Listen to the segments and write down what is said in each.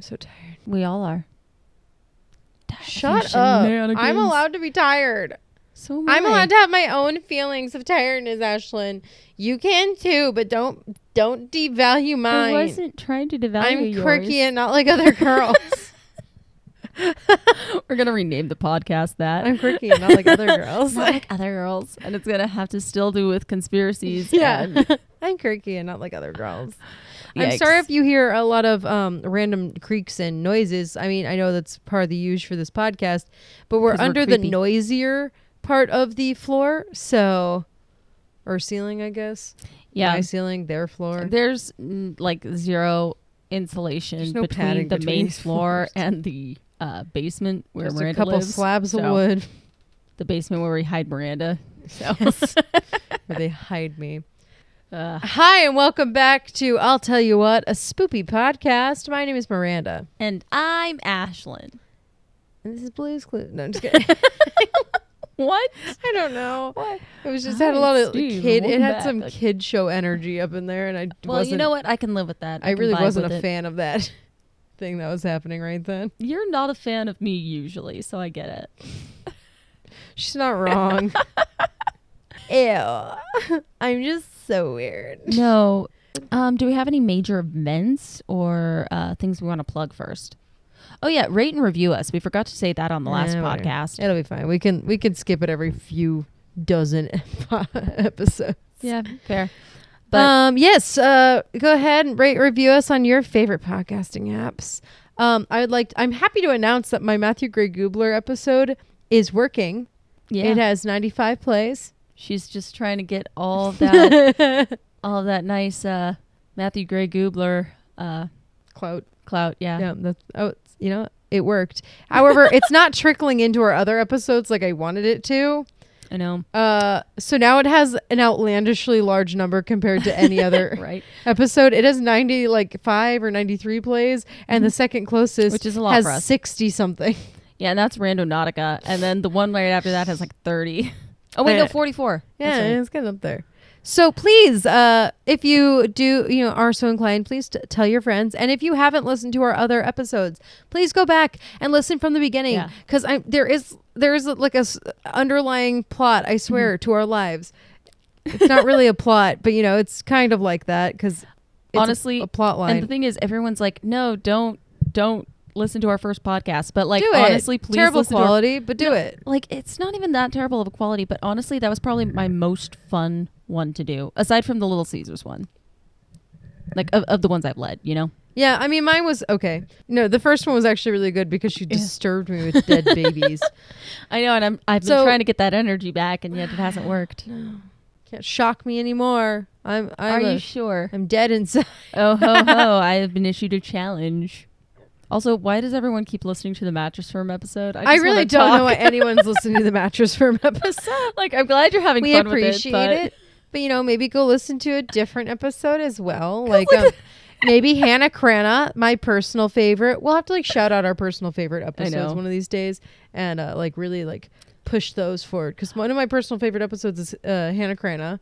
so tired. We all are. Shut Definition up. I'm mammograms. allowed to be tired. So am I'm I. allowed to have my own feelings of tiredness, Ashlyn. You can too, but don't don't devalue I mine. wasn't trying to devalue I'm yours. quirky and not like other girls. We're gonna rename the podcast that. I'm quirky and not like other girls. Not like other girls, and it's gonna have to still do with conspiracies. and- yeah. I'm quirky and not like other girls. I'm Yikes. sorry if you hear a lot of um, random creaks and noises. I mean, I know that's part of the use for this podcast, but we're 'Cause we're under the creepy. noisier part of the floor, so or ceiling, I guess. yeah. My ceiling, their floor. There's mm, like zero insulation There's no between padding the between main these floor floors. and the uh, basement where Just Miranda a couple lives. slabs of So, wood. The basement where we hide Miranda. So. Yes. where they hide me. uh, Hi, and welcome back to I'll Tell You What, a spoopy podcast. My name is Miranda. and I'm Ashlyn. And this is Blue's Clues. No, I'm just kidding. What? I don't know. What? It was just Hi, had a lot of Steve. kid. It Welcome had back. some Okay. kid show energy up in there, and I Well, wasn't. you know what? I can live with that. I can really vibe wasn't with a it. fan of that thing that was happening right then. You're not a fan of me usually, so I get it. She's not wrong. Ew, I'm just so weird. No. Um, do we have any major events or uh, things we want to plug first? Oh yeah, rate and review us. We forgot to say that on the last Eh, whatever. podcast. It'll be fine. We can we can skip it every few dozen episodes. Yeah, fair. But um, yes, uh, go ahead and rate review us on your favorite podcasting apps. Um, I would like. I'm happy to announce that my Matthew Gray Goobler episode is working. yeah, It has 95 plays. she's just trying to get all of that, all of that nice uh, Matthew Gray Goobler uh, Clout. clout. Yeah. Yeah. That's, oh, it's- you know, it worked. However, it's not trickling into our other episodes like I wanted it to. I know, Uh, so now it has an outlandishly large number compared to any other right? episode. It has 90, like five or 93 plays, and the second closest, Mm-hmm. Which is a lot has for us. 60 something. Yeah, and that's Randonautica, and then the one right after that has like thirty. Oh wait, Eh. no, forty-four. That's Yeah, right. it's good up there. So please, uh, if you do, you know, are so inclined, please t- tell your friends. And if you haven't listened to our other episodes, please go back and listen from the beginning Yeah. because I there is there is like a s- underlying plot. I Mm-hmm. swear to our lives. It's not really a plot, but you know, it's kind of like that because Honestly, a plot line. And the thing is, everyone's like, no, don't, don't listen to our first podcast. But like, do it. honestly, please terrible listen to our- quality, but do it. like, it's not even that terrible of a quality. But honestly, that was probably my most fun one to do, aside from the Little Caesars one. Like of, of the ones I've led, you know. Yeah, I mean, mine was okay. No, the first one was actually really good because she disturbed me with dead babies. I know, and I'm I've been So- trying to get that energy back, and yet it hasn't worked. Can't shock me anymore. I'm. Are I'm a- you sure? I'm dead inside. oh ho ho! I have been issued a challenge. Also, why does everyone keep listening to the mattress firm episode? I, just really wanna don't know why talk. anyone's listening to the mattress firm episode. like, I'm glad you're having we fun appreciate with it, it. but you know, maybe go listen to a different episode as well. Like, um, maybe Hannah Cranna, my personal favorite. We'll have to like shout out our personal favorite know. episodes one of these days, and uh, like really like push those forward because one of my personal favorite episodes is uh, Hannah Cranna.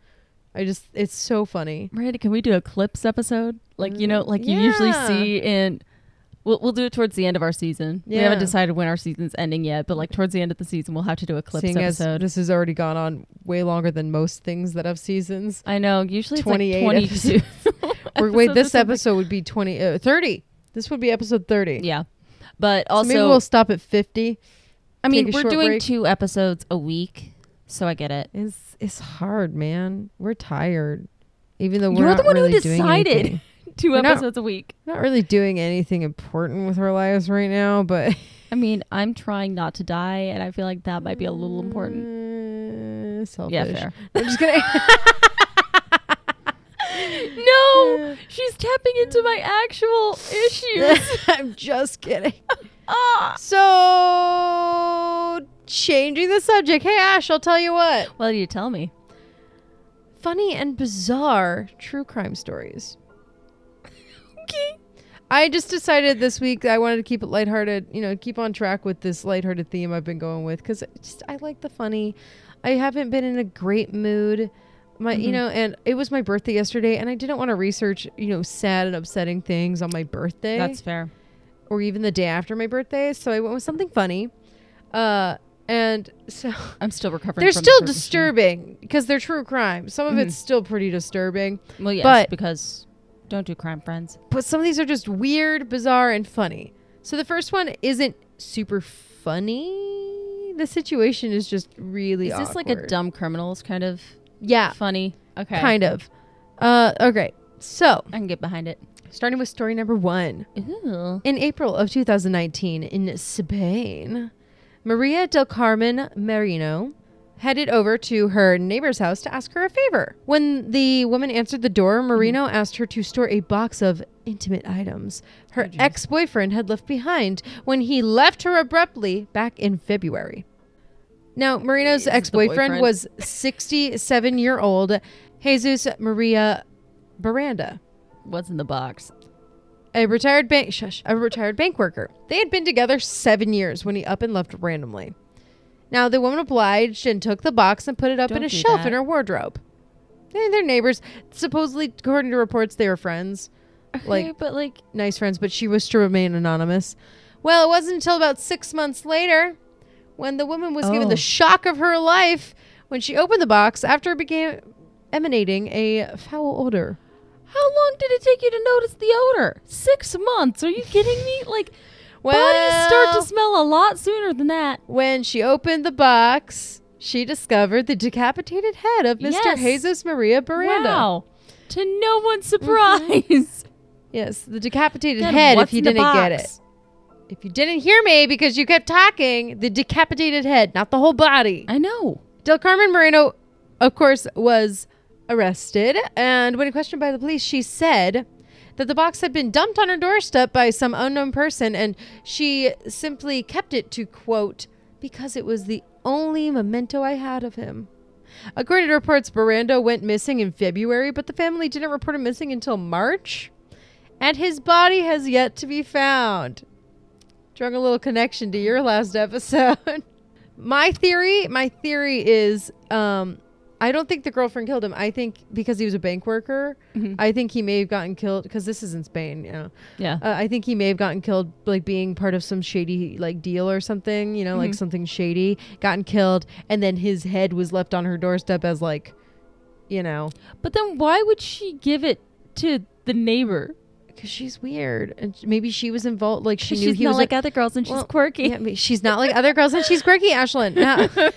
I just, it's so funny. But Miranda, can we do a clips episode? Like you know, like you usually Mm, yeah. see in. We'll, we'll do it towards the end of our season. We Yeah. haven't decided when our season's ending yet, but like towards the end of the season, we'll have to do a clips Seeing as episode. this has already gone on way longer than most things that have seasons. I know. Usually it's 28 like 22. Or episodes wait, or this something. episode would be 20, uh, 30. This would be episode 30. Yeah, but So also maybe we'll stop at 50. I mean, take a we're short doing break. two episodes a week, so I get it. It's, it's hard, man. We're tired. Even though we're You're not the one really who doing decided anything- two We're not- episodes a week. Not really doing anything important with our lives right now, but I mean, I'm trying not to die, and I feel like that might be a little important. Uh, selfish. Yeah, fair. I'm just kidding. No, she's tapping into my actual issues. I'm just kidding. Ah. So changing the subject. Hey Ash, I'll tell you what. Well, you tell me. funny and bizarre true crime stories. okay. I just decided this week I wanted to keep it lighthearted, you know, keep on track with this lighthearted theme I've been going with cuz just I like the funny. I haven't been in a great mood. My you Mhm. know, and it was my birthday yesterday and I didn't want to research, you know, sad and upsetting things on my birthday That's fair. or even the day after my birthday. So I went with something funny. Uh, and so I'm still recovering. they're from the still throat machine. disturbing because they're true crime. Some of Mm. it's still pretty disturbing, Well, yes, but- because don't do crime, friends. but some of these are just weird, bizarre, and funny. So the first one isn't super funny. The situation is just really Is this like a awkward. dumb criminals kind of Yeah, funny? Okay, kind of. Uh, okay, so I can get behind it. starting with story number one. Ooh. In April of 2019, in Spain, Maria del Carmen Marino headed over to her neighbor's house to ask her a favor. When the woman answered the door, Hmm. Marino asked her to store a box of intimate items her Oh, geez. ex boyfriend had left behind when he left her abruptly back in February. Now, Marino's Is it the ex boyfriend boyfriend? was 67 year old Jesus Maria Baranda What's in the box? a retired bank shush, a retired bank worker. They had been together seven years when he up and left randomly. Now the woman obliged and took the box and put it up in Don't a do shelf that. in her wardrobe. They, their neighbors, supposedly according to reports, they were friends, Like- Okay, but like, nice friends, but she was to remain anonymous. Well, it wasn't until about six months later when the woman was given Oh. the shock of her life when she opened the box after it began emanating a foul odor. how long did it take you to notice the odor? Six months? Are you kidding me? Like, Well, bodies start to smell a lot sooner than that. When she opened the box, she discovered the decapitated head of Mr. Yes. Jesus Maria Baranda. Wow. To no one's surprise. Yes, the decapitated God, Mm-hmm. head what's if you in the didn't get it. box? If you didn't hear me because you kept talking, the decapitated head, not the whole body. I know. Del Carmen Moreno, of course, was arrested. And when questioned by the police, she said that the box had been dumped on her doorstep by some unknown person and she simply kept it to, quote, because it was the only memento I had of him. According to reports, Barando went missing in February, but the family didn't report him missing until March. And his body has yet to be found. Drawing a little connection to your last episode. my theory, my theory is um I don't think the girlfriend killed him. I think because he was a bank worker, Mhm. I think he may have gotten killed because this is in Spain, you know. Yeah. Uh, I think he may have gotten killed, like being part of some shady like deal or something. You know, Mm-hmm. like something shady, gotten killed, and then his head was left on her doorstep as like, you know, But then why would she give it to the neighbor? because she's weird, and sh- maybe she was involved. Like she Because knew she's he not was like a- other girls and Well, she's quirky. yeah, but she's not like other girls, and she's quirky, Ashlyn. No.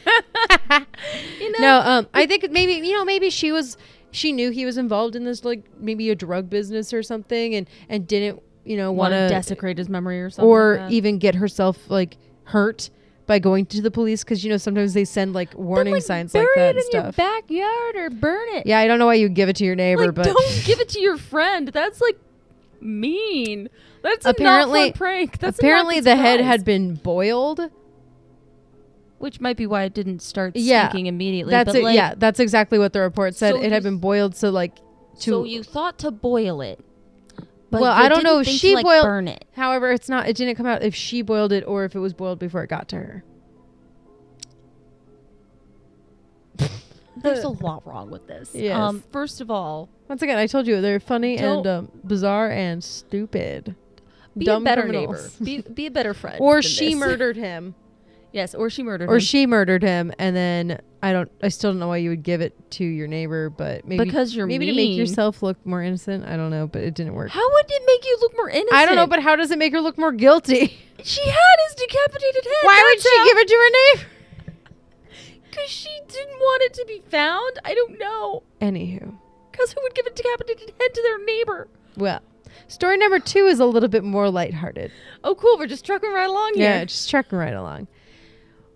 You know? no, um, I think maybe you know, maybe she was she knew he was involved in this like maybe a drug business or something, and and didn't you know want Want to to desecrate his memory or something. or like that. even get herself like hurt by going to the police because you know sometimes they send like Then, warning like, signs like bury that it and in your stuff. backyard or burn it. yeah, I don't know why you give it to your neighbor, Like, but don't give it to your friend. That's like mean. That's a Apparently- not fun prank. That's a not apparently good the head surprise. had been boiled. which might be why it didn't start Yeah. stinking immediately. That's but it. like, yeah, that's exactly what the report said. So it had you- been boiled, so like to. so you thought to boil it. But Well, you I don't didn't know if think she to, like, boiled- burn it. However, it's not. It didn't come out if she boiled it or if it was boiled before it got to her. There's a lot wrong with this. Yes. Um, first of all, Once again, I told you they're funny and Don't- um, bizarre and stupid. be Dumb a better criminals. neighbor. Be, be a better friend. Or than she this. murdered him. Yes, or she murdered. or him. she murdered him and then i don't i still don't know why you would give it to your neighbor but maybe Because you're maybe to make mean. yourself look more innocent i don't know but it didn't work How would it make you look more innocent? i don't know but how does it make her look more guilty she had his decapitated head. why would she give it to her neighbor Because she didn't want it to be found. I don't know. anywho Because who would give a decapitated head to their neighbor? well story number two is a little bit more lighthearted Oh, cool. We're just trucking right along yeah here. just trucking right along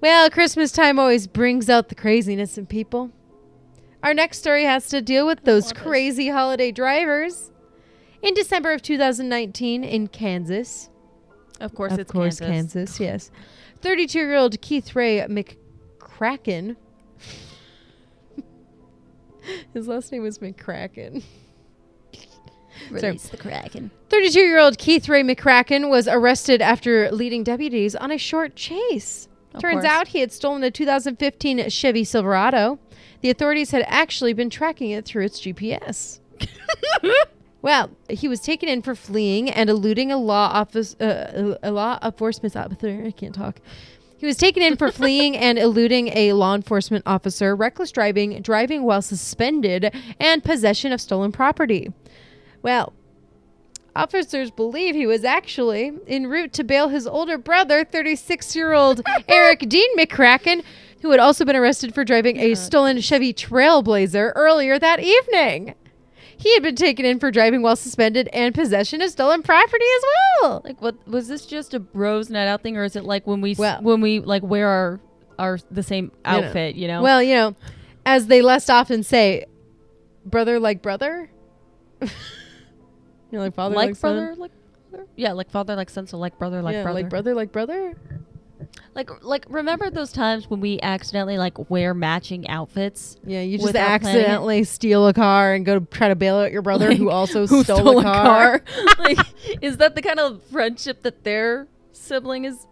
well christmas time always brings out the craziness in people our next story has to deal with those want this. crazy holiday drivers in december of 2019 in kansas Of course, of course, Kansas. yes. 32 year old Keith Ray McCracken. His last name was McCracken. Release the Kraken. 32 year old Keith Ray McCracken was arrested after leading deputies on a short chase. Of Turns course. out he had stolen a 2015 Chevy Silverado. The authorities had actually been tracking it through its GPS. Well, he was taken in for fleeing and eluding a law office, uh, a law enforcement officer. I can't talk. He was taken in for fleeing and eluding a law enforcement officer, reckless driving, driving while suspended, and possession of stolen property. Well, officers believe he was actually en route to bail his older brother, 36 year old Eric Dean McCracken, who had also been arrested for driving a stolen Chevy Trailblazer earlier that evening. He had been taken in for driving while suspended and possession of stolen property as well. Like, what was this just a bros night out thing, or is it like when we s- Well- when we like wear our our the same know. outfit? You know, Well, you know, as they less often say, brother like brother. you know, like father like, like brother, like brother. Yeah, like father, like son. So like brother, like like yeah, brother. like brother like brother. Like like remember those times when we accidentally like wear matching outfits? Yeah, you just Without planning it. accidentally steal a car and go to try to bail out your brother who Like, also who stole, stole a car. like is that the kind of friendship that their sibling is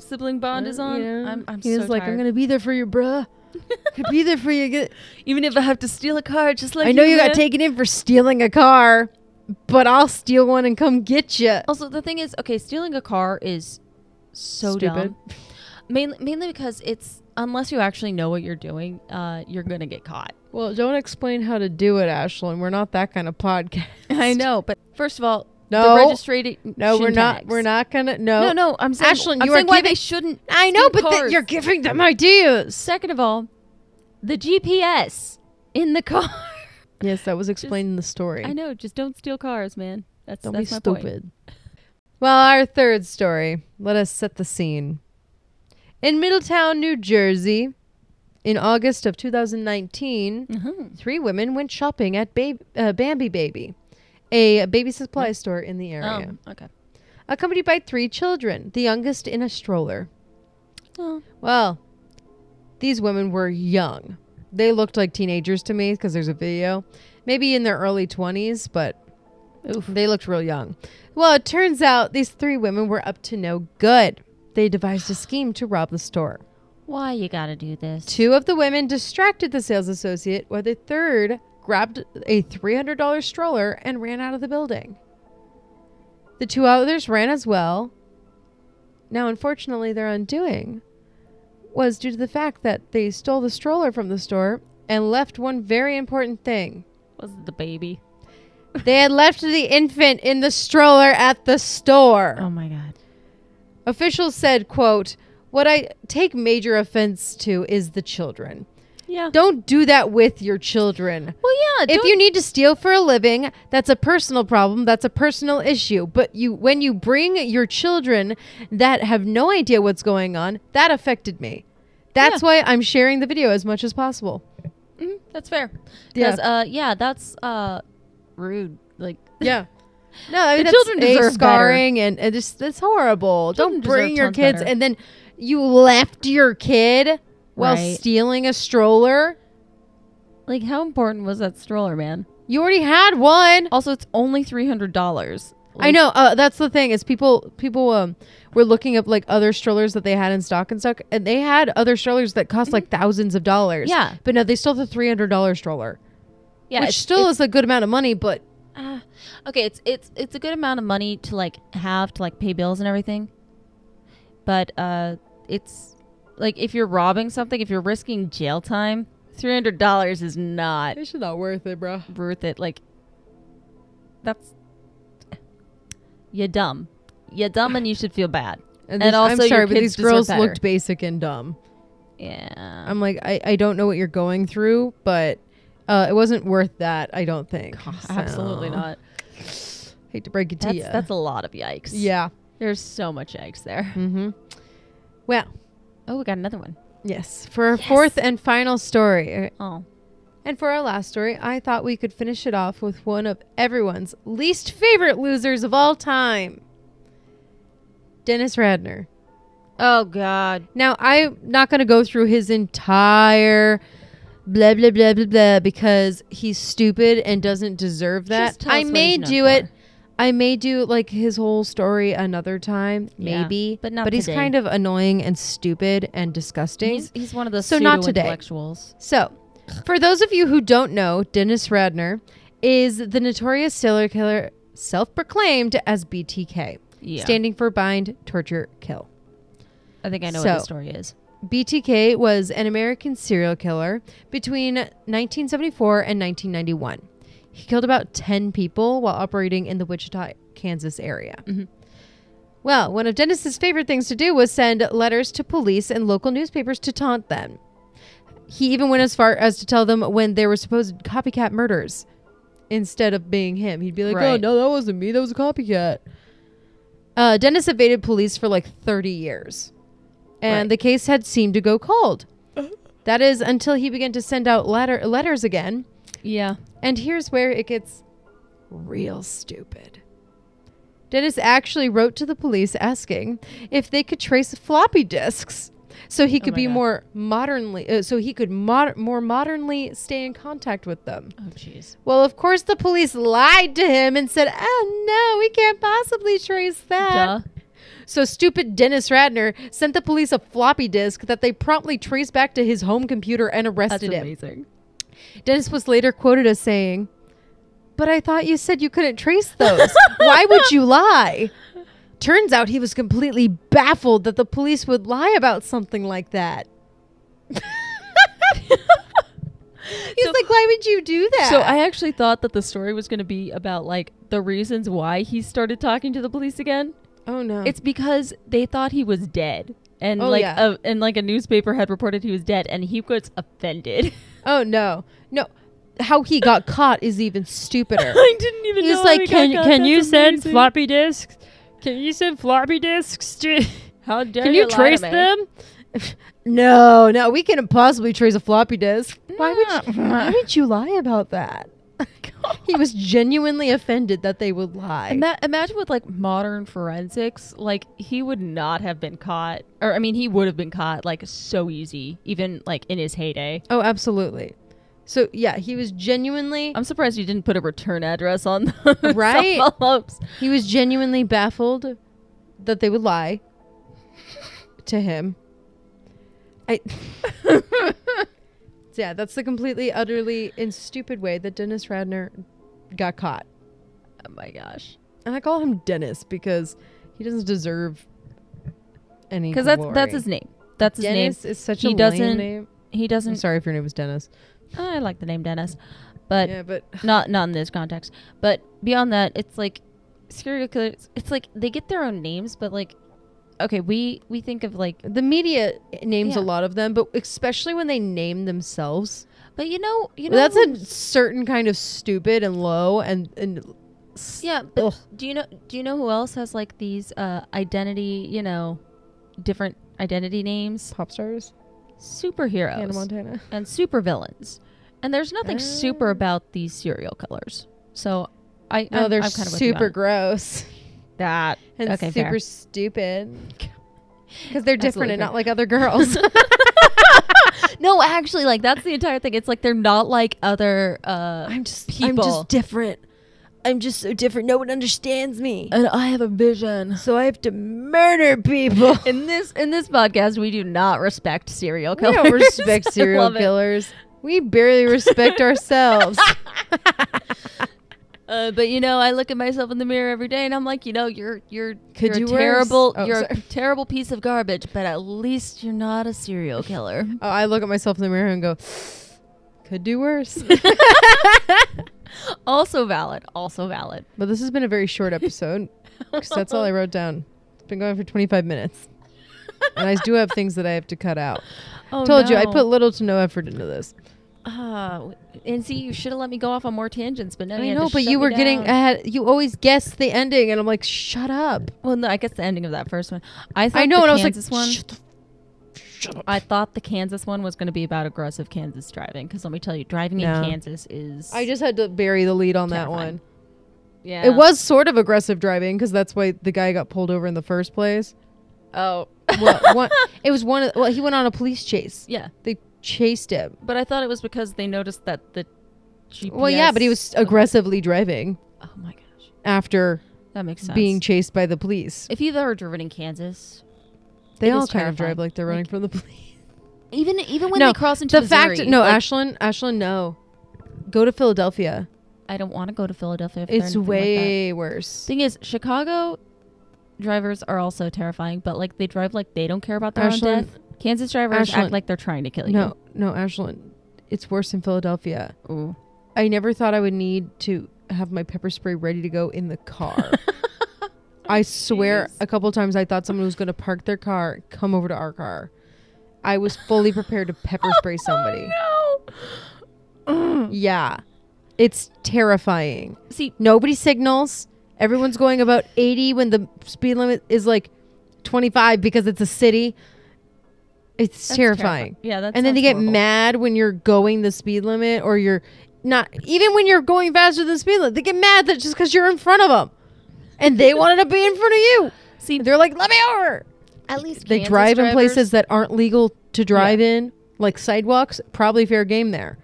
sibling bond is on? Uh, Yeah. I'm I'm he so was like, tired. I'm gonna be there for you, bruh. Gonna be there for you. Get- Even if I have to steal a car, just like I know you got man." taken in for stealing a car, but I'll steal one and come get you. Also, the thing is, okay, stealing a car is so Stupid. dumb. Mainly, mainly because it's unless you actually know what you're doing, uh, you're gonna get caught. Well, don't explain how to do it, Ashlyn. We're not that kind of podcast. know, but first of all, No. the registration. No, we're not. tags. We're not gonna. No, No, no, I'm saying, Ashlyn, I'm you saying are why giving- they shouldn't. I know, steal but th- cars. you're giving them ideas. Second of all, the GPS in the car. Yes, that was explained in the story. I know. Just don't steal cars, man. That's Don't that's be my stupid. point. Well, our third story. Let us set the scene. In Middletown, New Jersey, in August of 2019, Mhm. three women went shopping at ba- uh, Bambi Baby, a baby supply store in the area, Um, okay. accompanied by three children, the youngest in a stroller. Oh, Well, these women were young. They looked like teenagers to me because there's a video. Maybe in their early 20s, but they looked real young. Well, it turns out these three women were up to no good. They devised a scheme to rob the store. why you gotta do this? Two of the women distracted the sales associate, while the third grabbed a $300 stroller and ran out of the building. The two others ran as well. Now, unfortunately, their undoing was due to the fact that they stole the stroller from the store and left one very important thing. Was it the baby? They had left the infant in the stroller at the store. Oh my god. Officials said, quote, what I take major offense to is the children. Yeah. Don't do that with your children. well, yeah. If you need to steal for a living, that's a personal problem, that's a personal issue. But you when you bring your children that have no idea what's going on, that affected me. That's Yeah. why I'm sharing the video as much as possible. Mhm, that's fair. Yeah. Because uh, yeah, that's uh, rude. Like Yeah. No, I mean The that's children a deserve scarring and, and it's it's horrible. Children Don't deserve bring your tons kids better. and then you left your kid while Right. stealing a stroller. like how important was that stroller, man? You already had one. Also, it's only three hundred dollars. I know. Uh, that's the thing is people people um were looking up like other strollers that they had in stock and stuff, and they had other strollers that cost like thousands of dollars. Mm-hmm. Yeah. but no, they still have the three hundred dollar stroller, Yeah, which it's- still is a good amount of money. But Uh, okay, it's it's it's a good amount of money to like have to like pay bills and everything. But uh it's like if you're robbing something, if you're risking jail time, three hundred dollars is not it's not worth it, bro. worth it. Like that's you're dumb. You're dumb, and you should feel bad. And And, these- also I'm your sorry, but kids these deserve girls better. Oh. looked basic and dumb. Yeah. I'm like, I, I don't know what you're going through, but uh, it wasn't worth that. I don't think. So, Absolutely not. Hate to break it to That's, you. that's a lot of yikes. yeah. There's so much yikes there. Mm-hmm. Well, Oh, we got another one. yes. For our fourth and final story, uh, Oh. And for our last story, I thought we could finish it off with one of everyone's least favorite losers of all time Dennis Radner. Oh God. Now, I'm not going to go through his entire blah, blah, blah, blah, blah, because he's stupid and doesn't deserve that. Just tell I us what may he's known do for. it. I may do like his whole story another time, Yeah, maybe. but not But he's today. kind of annoying and stupid and disgusting. He's, he's one of those So not today. pseudo-intellectuals. So, for those of you who don't know, Dennis Radner is the notorious serial killer self-proclaimed as BTK, Yeah. standing for bind, torture, kill. I think I know So- what the story is. BTK was an American serial killer between 1974 and 1991. He killed about 10 people while operating in the Wichita, Kansas area. Mhm. Well, one of Dennis's favorite things to do was send letters to police and local newspapers to taunt them. He even went as far as to tell them when there were supposed copycat murders instead of being him. He'd be like, oh, Right. no, that wasn't me. That was a copycat. Uh, Dennis evaded police for like 30 years, Right. and the case had seemed to go cold. That is until he began to send out letter- letters again. Yeah. And here's where it gets real stupid. Dennis actually wrote to the police asking if they could trace floppy disks so he could Oh my be God. more modernly uh, so he could mod- more modernly stay in contact with them. Oh, jeez. Well, of course the police lied to him and said, "Oh no, we can't possibly trace that." Duh. So stupid Dennis Radner sent the police a floppy disk that they promptly traced back to his home computer and That's arrested him. amazing. Dennis was later quoted as saying, But I thought you said you couldn't trace those. Why would you lie? Turns out he was completely baffled that the police would lie about something like that. He's like, Why would you do that? So I actually thought that the story was going to be about like the reasons why he started talking to the police again. Oh no. It's because they thought he was dead, and Oh, like yeah. a, and like a newspaper had reported he was dead, and he was offended. Oh no. No. How he got caught is even stupider. I didn't even. He's know like, I got can caught. can That's you send amazing." floppy disks? Can you send floppy disks? To- How dare can you lie to trace me. them? no, no, we can possibly trace a floppy disk. Why would you, why would you lie about that? he was genuinely offended that they would lie. Ima- imagine with like modern forensics, like he would not have been caught, or I mean, he would have been caught like so easy, even like in his heyday. oh, absolutely. So yeah, he was genuinely I'm surprised you didn't put a return address on those Right? envelopes. he was genuinely baffled that they would lie to him. I Yeah, that's the completely, utterly, and stupid way that Dennis Radner got caught. Oh my gosh, And I call him Dennis because he doesn't deserve any. because that's that's glory. his name. That's his Dennis is such He a lame doesn't- name. name. He I'm doesn't. sorry if your name was Dennis. I like the name Dennis, but yeah, but not not in this context. But beyond that, it's like serial killers. It's like they get their own names, but like, okay, we we think of like, the media names a Yeah. lot of them, but especially when they name themselves, but you know, you know, that's who- a certain kind of stupid and low and and. s- yeah. But Ugh. do you know do you know who else has like these uh identity? You know, different identity names. Pop stars, Superheroes Hannah Montana. and supervillains, and there's nothing super Oh. about these serial killers. So. I, No, I'm- they're I'm kind of with you on super it. gross that and okay, super fair. stupid because they're Absolutely different and fair. not like other girls. No, actually, like that's the entire thing. It's like they're not like other uh I'm just I'm people. just different. I'm just so different. No one understands me. and I have a vision. so I have to murder people. In this in this podcast, we do not respect serial We killers. don't respect I serial love it. killers. We barely respect ourselves. Uh, but you know, I look at myself in the mirror every day, and I'm like, you know, you're you're you're Could you a worse? terrible Oh, you're a sorry. terrible piece of garbage. But at least you're not a serial killer. Oh, I look at myself in the mirror and go, could do worse. Oh. also valid. Also valid. but this has been a very short episode because that's all I wrote down. It's been going for 25 minutes. And I do have things that I have to cut out. Oh, Told you, I no. put little to no effort into this. Ah, and see, you should have let me go off on more tangents, but now you I had know, to but shut me you were getting down. ahead. You always guess the ending, and I'm like, shut up. Well, no, I guess the ending of that first one. I thought I know, the and I was like, Kansas one. shut the shut up. I thought the Kansas one was going to be about aggressive Kansas driving because let me tell you, driving No. in Kansas is. I just had to bury the lead on that Terrifying. one. yeah. It was sort of aggressive driving because that's why the guy got pulled over in the first place. oh Well, one, it was one. Of, well, he went on a police chase. yeah, They chased him. but I thought it was because they noticed that the. GPS, Well, yeah, but he was aggressively driving Oh my gosh, after that makes sense. being chased by the police. if you've ever driven in Kansas, They It all is kind terrifying. of drive like they're running from the police. even even when No, they cross into The fact, Missouri, no, like- Ashland, Ashland, no. Go to Philadelphia. I don't want to go to Philadelphia. If they're It's anything like that. way worse. Thing is, Chicago drivers are also terrifying, but like they drive like they don't care about their own Ashland- death. Kansas drivers Ashland- act like they're trying to kill you. No, no, Ashland, it's worse in Philadelphia. Ooh. I never thought I would need to have my pepper spray ready to go in the car. I swear, Jeez. a couple times I thought someone was going to park their car, come over to our car. I was fully prepared to pepper spray somebody. Oh, no. Yeah, it's terrifying. See, Nobody signals. Everyone's going about 80 when the speed limit is like 25 because it's a city. It's that's terrifying. Yeah, that's and then they get horrible. mad when you're going the speed limit or you're not even when you're going faster than the speed limit they get mad that just because you're in front of them and they wanted to be in front of you See, they're like let me over at least they Kansas drive in drivers- places that aren't legal to drive in like sidewalks probably fair game there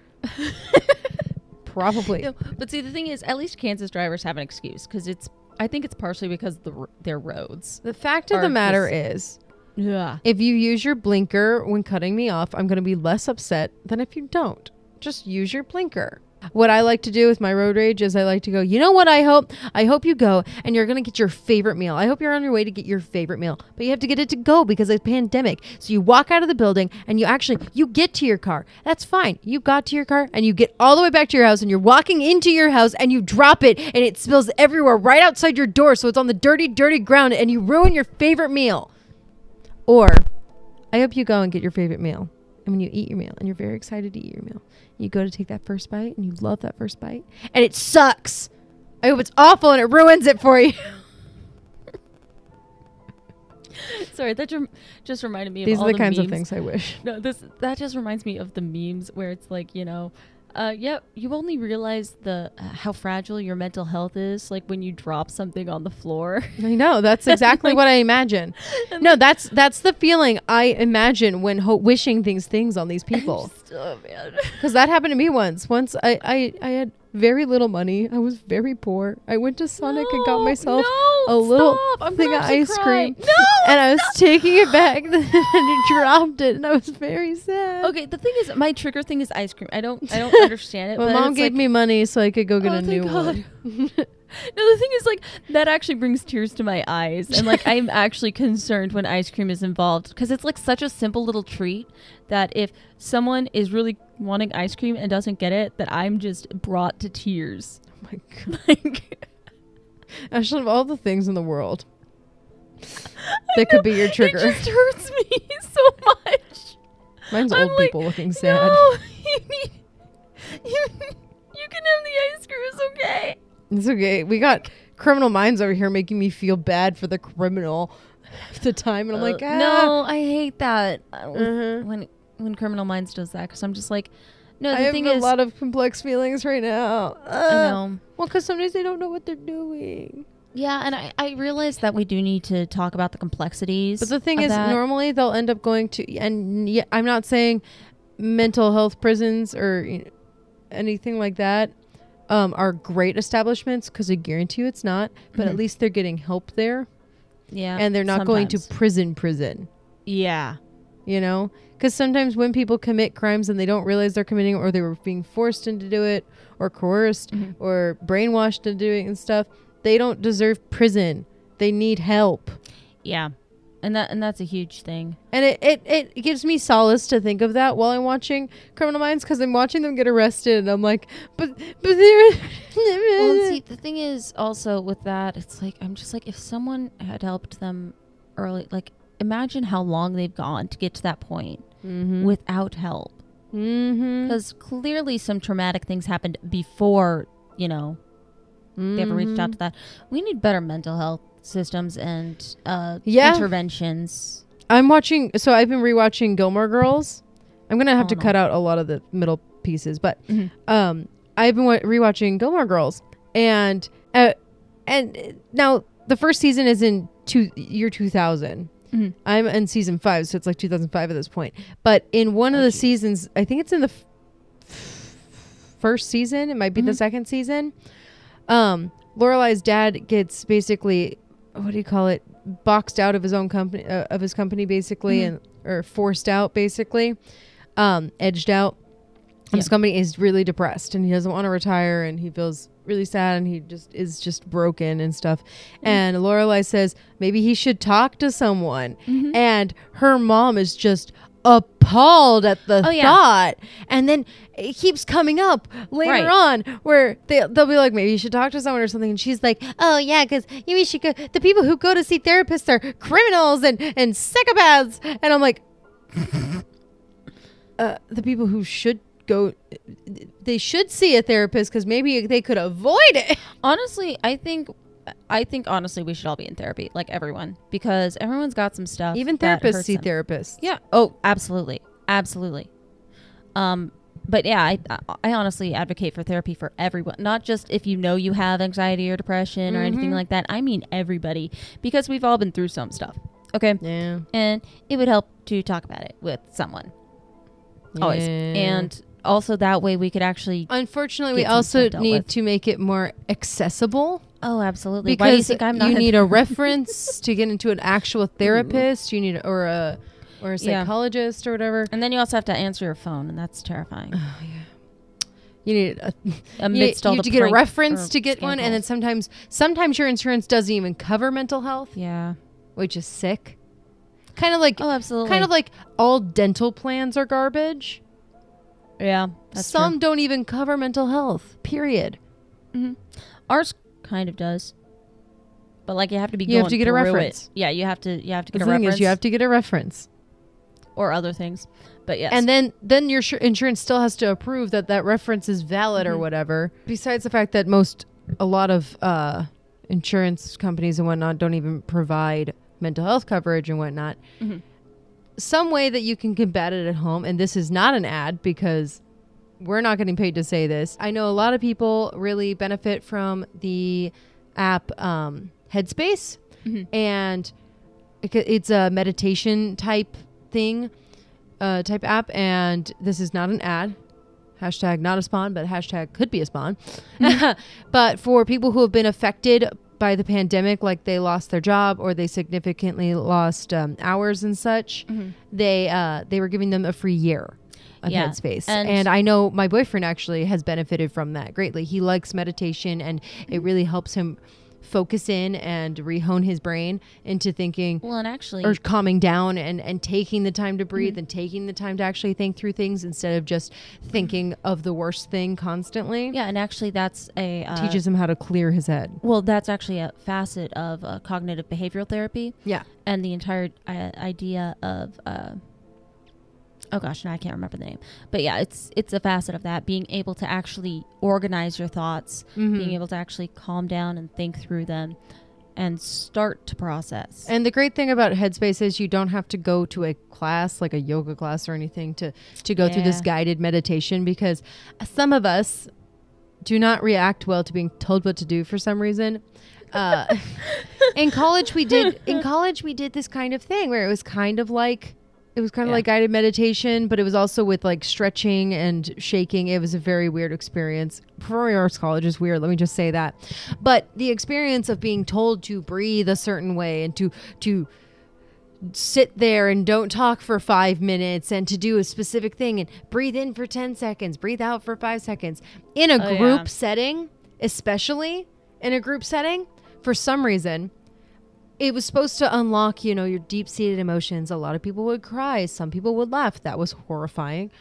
probably No, but see, the thing is, at least Kansas drivers have an excuse because it's. I think it's partially because the r- their roads. the fact of Or the matter is Yeah. if you use your blinker when cutting me off i'm going to be less upset than if you don't just use your blinker what i like to do with my road rage is i like to go you know what i hope i hope you go and you're going to get your favorite meal i hope you're on your way to get your favorite meal but you have to get it to go because it's pandemic so you walk out of the building and you actually you get to your car that's fine you got to your car and you get all the way back to your house and you're walking into your house and you drop it and it spills everywhere right outside your door so it's on the dirty dirty ground and you ruin your favorite meal or I hope you go and get your favorite meal. And when you eat your meal and you're very excited to eat your meal, you go to take that first bite and you love that first bite and it sucks. I hope it's awful and it ruins it for you. Sorry, that rem- just reminded me of These all are the kinds memes. of things I wish. No, this that just reminds me of the memes where it's like, you know, uh, yeah, you only realize the uh, how fragile your mental health is like when you drop something on the floor. I know that's exactly what I imagine. And No, that's that's the feeling I imagine when ho- wishing these things on these people. Just, oh man. Because that happened to me once. Once I, I I had very little money. I was very poor. I went to Sonic and got No, myself no, a little stop. I'm thing gonna of actually ice cry. cream. No, and I was stop. taking it back and it dropped it, and I was very sad. Okay, the thing is my trigger thing is ice cream. I don't I don't understand it. My but mom it's gave like- me money so I could go get Oh, a thank new God. one. No, the thing is like that actually brings tears to my eyes and like I'm actually concerned when ice cream is involved cuz it's like such a simple little treat that if someone is really wanting ice cream and doesn't get it that I'm just brought to tears. oh my God. Like Ashley, of all the things in the world, I That could know, be your trigger. It just hurts me so much. mine's I'm old like, people looking sad. No, you, need, you, you can have the ice cream. It's okay. It's okay. We got criminal minds over here making me feel bad for the criminal half the time, and I'm like, Uh, ah. no, I hate that uh, Uh-huh. when when Criminal Minds does that because I'm just like, no. I The have thing a is, lot of complex feelings right now. I Ugh. know. Well, because sometimes they don't know what they're doing. Yeah, and I, I realize that we do need to talk about the complexities. But the thing of is, that. normally they'll end up going to, and yeah, I'm not saying mental health prisons or you know, anything like that um, are great establishments because I guarantee you it's not. But at Mhm. least they're getting help there, yeah, and they're not going to sometimes. prison, prison. yeah, You know, because sometimes when people commit crimes and they don't realize they're committing, or they were being forced into do it, or coerced, Mhm. or brainwashed into doing it and stuff, they don't deserve prison. They need help. yeah, and that and that's a huge thing. And it, it, it gives me solace to think of that while I'm watching Criminal Minds because I'm watching them get arrested and I'm like, but, but they're. well, and see, the thing is also with that, it's like I'm just like if someone had helped them early, like imagine how long they've gone to get to that point mm-hmm. without help, mm-hmm. because clearly some traumatic things happened before you know they ever reached Mm-hmm. out to that. We need better mental health systems and uh, Yeah. interventions. Mm-hmm. I'm watching, so I've been rewatching Gilmore Girls. I'm going to have Oh, to no. cut out a lot of the middle pieces, but um, I've been wa- rewatching Gilmore Girls, and uh, and uh, now the first season is in two year two thousand. Mhm. I'm in season five, so it's like two thousand five at this point. But in one of Oh, the geez. seasons, I think it's in the f- first season. It might be the Mhm. second season. Um, Lorelai's dad gets basically what do you call it boxed out of his own company uh, of his company basically Mhm. and or forced out basically um edged out and his Yeah. company is really depressed and he doesn't want to retire and he feels really sad and he just is just broken and stuff. Mm-hmm. And Lorelai says maybe he should talk to someone. Mm-hmm. And her mom is just appalled at the Oh, yeah. thought. And then it keeps coming up later Right. on where they, they'll be like, maybe you should talk to someone or something. And she's like, oh, yeah, because you should go. The people who go to see therapists are criminals and, and psychopaths. And I'm like, uh, the people who should go, they should see a therapist because maybe they could avoid it. Honestly, I think I think honestly we should all be in therapy, like everyone, because everyone's got some stuff. Even that therapists hurts see them. therapists. Yeah. Oh, absolutely, absolutely. Um, but yeah, I I honestly advocate for therapy for everyone, not just if you know you have anxiety or depression or anything Mhm. like that. I mean everybody, because we've all been through some stuff. Okay, Yeah. and it would help to talk about it with someone always, Yeah. and also that way we could actually. Unfortunately, we Get some also stuff dealt need with. to make it more accessible Oh, absolutely. because Why do you think I'm not? you a- need a reference to get into an actual therapist. You need or a or a Yeah. psychologist or whatever. and then you also have to answer your phone, and that's terrifying. You need a, oh, Amidst you, all you the have to get a prank reference or to get one, and then scandals. sometimes sometimes your insurance doesn't even cover mental health, Yeah. which is sick. Kind of like Oh, absolutely. kind of like all dental plans are garbage. yeah. That's Some don't even cover mental health. Period. hmm Ours kind of does, but like you have to be. You have going to get a through it. reference. Yeah, you have to. You have to The get thing a reference. is, you have to get a reference. or other things, but yes. and then then your insur- insurance still has to approve that that reference is valid or Mhm. whatever besides the fact that most a lot of uh, insurance companies and whatnot don't even provide mental health coverage and whatnot Mhm. some way that you can combat it at home and this is not an ad because we're not getting paid to say this i know a lot of people really benefit from the app um, headspace Mhm. and it- it's a meditation type thing uh, type app, and this is not an ad. Hashtag not a spawn, but hashtag could be a spawn. but for people who have been affected by the pandemic, like they lost their job or they significantly lost um, hours and such, Mhm. they uh, they were giving them a free year of Yeah, Headspace. And, and- I know my boyfriend actually has benefited from that greatly. He likes meditation, and it really helps him focus in and rehone his brain into thinking well, and actually, or calming down and and taking the time to breathe and taking the time to actually think through things instead of just thinking of the worst thing constantly yeah, and actually, that's a uh, teaches him how to clear his head Well, that's actually a facet of uh, cognitive behavioral therapy yeah and the entire uh, idea of. Uh, Oh gosh, now I can't remember the name, but yeah, it's it's a facet of that being able to actually organize your thoughts, Mm-hmm. being able to actually calm down and think through them, and start to process. and the great thing about headspace is you don't have to go to a class like a yoga class or anything to to go through this Yeah. guided meditation because some of us do not react well to being told what to do for some reason uh, in college we did in college we did this kind of thing where it was kind of like it was kind of Yeah. like guided meditation but it was also with like stretching and shaking it was a very weird experience performing arts college is weird let me just say that but the experience of being told to breathe a certain way and to to sit there and don't talk for five minutes and to do a specific thing and breathe in for 10 seconds, breathe out for five seconds in a Oh, group yeah. setting, especially in a group setting, for some reason. It was supposed to unlock, you know, your deep seated emotions. A lot of people would cry. Some people would laugh. That was horrifying.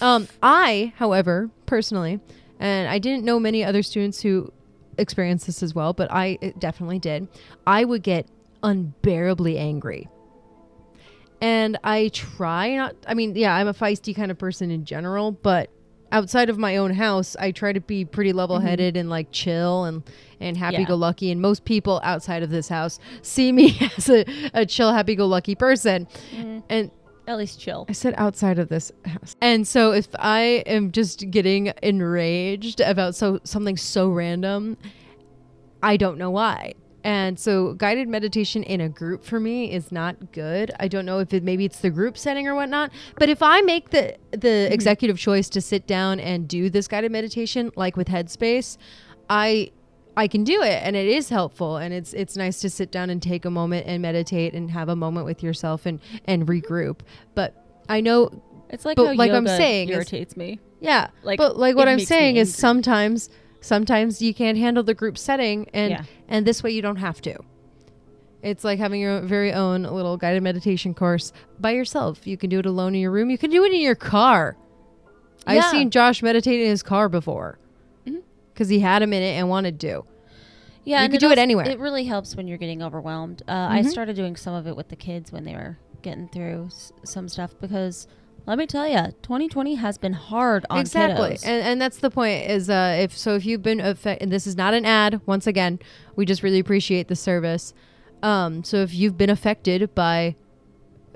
Um, I, however, personally, and I didn't know many other students who experienced this as well, but I it definitely did. I would get unbearably angry. And I try not, I mean, yeah, I'm a feisty kind of person in general, but outside of my own house, I try to be pretty level headed and like chill and, and happy go lucky. And most people outside of this house see me as a, a chill, happy go lucky person. Mhm. And At least chill. I said outside of this house. And so if I am just getting enraged about so something so random, I don't know why. And so guided meditation in a group for me is not good. I don't know if it maybe it's the group setting or whatnot. But if I make the the executive choice to sit down and do this guided meditation, like with Headspace, I I can do it and it is helpful and it's it's nice to sit down and take a moment and meditate and have a moment with yourself and and regroup. But I know It's like But how like I'm yoga saying, it's- irritates me. yeah. Like, but like what it I'm makes me saying is angry. sometimes Sometimes you can't handle the group setting, and Yeah. and this way you don't have to. It's like having your very own little guided meditation course by yourself. You can do it alone in your room. You can do it in your car. I've Yeah. Mm-hmm. seen Josh meditate in his car before because he had a minute and wanted to. Yeah, You and could do it also- anywhere. It Mm-hmm. really helps when you're getting overwhelmed. Uh, I started doing some of it with the kids when they were getting through s- some stuff because let me tell you, 2020 has been hard on exactly kiddos. and, and that's the point is uh if so if you've been affected and this is not an ad once again we just really appreciate the service um so if you've been affected by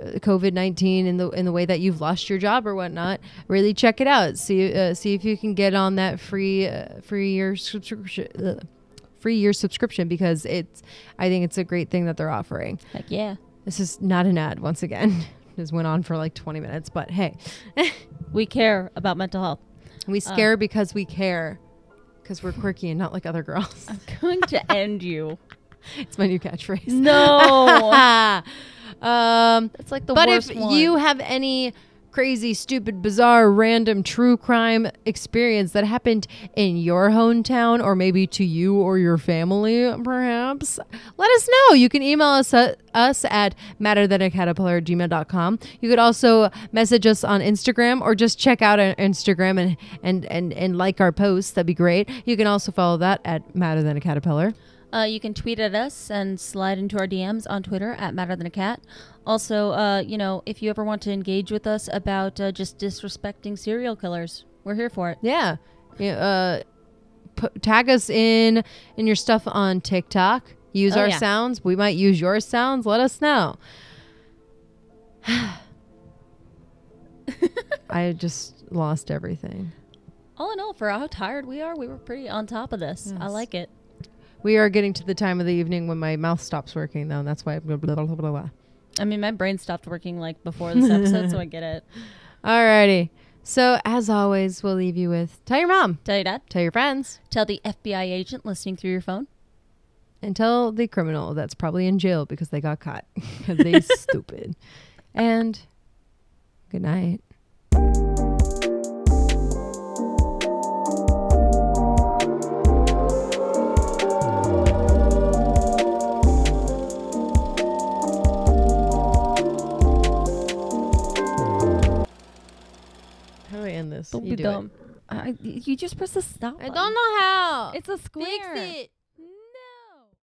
uh, covid-19 in the in the way that you've lost your job or whatnot really check it out see uh, see if you can get on that free uh, free year subscription ugh, free year subscription because it's i think it's a great thing that they're offering like, yeah, this is not an ad once again this went on for like 20 minutes but hey we care about mental health. Uh. We scare because we care. Because we're quirky and not like other girls. I'm going to end you. it's my new catchphrase. No, um, it's like the but worst if one. you have any crazy, stupid, bizarre, random true crime experience that happened in your hometown or maybe to you or your family, perhaps, let us know. You can email us at, us at matterthanacaterpillar at gmail.com. You could also message us on Instagram or just check out our Instagram and, and, and, and like our posts. That'd be great. You can also follow that at matter than a caterpillar. Uh, you can tweet at us and slide into our DMs on Twitter at Matter Than a Cat. Also, uh, you know, if you ever want to engage with us about uh, just disrespecting serial killers, we're here for it. Yeah. Yeah, uh, p- tag us in in your stuff on TikTok. Use Oh, our yeah. sounds. We might use your sounds. Let us know. I just lost everything. All in all, for how tired we are, we were pretty on top of this. I Yes. like it. We are getting to the time of the evening when my mouth stops working, though. And that's why. Blah, blah, blah, blah, blah. I mean, my brain stopped working like before this episode, so I get it. Alrighty. So as always, we'll leave you with tell your mom, Tell your dad, tell your friends, tell the FBI agent listening through your phone. and tell the criminal that's probably in jail because they got caught 'Cause they stupid. And good night. How do I end this? Don't You be do it. dumb. I, you just press the stop. I don't know how. It's a square. Fix it.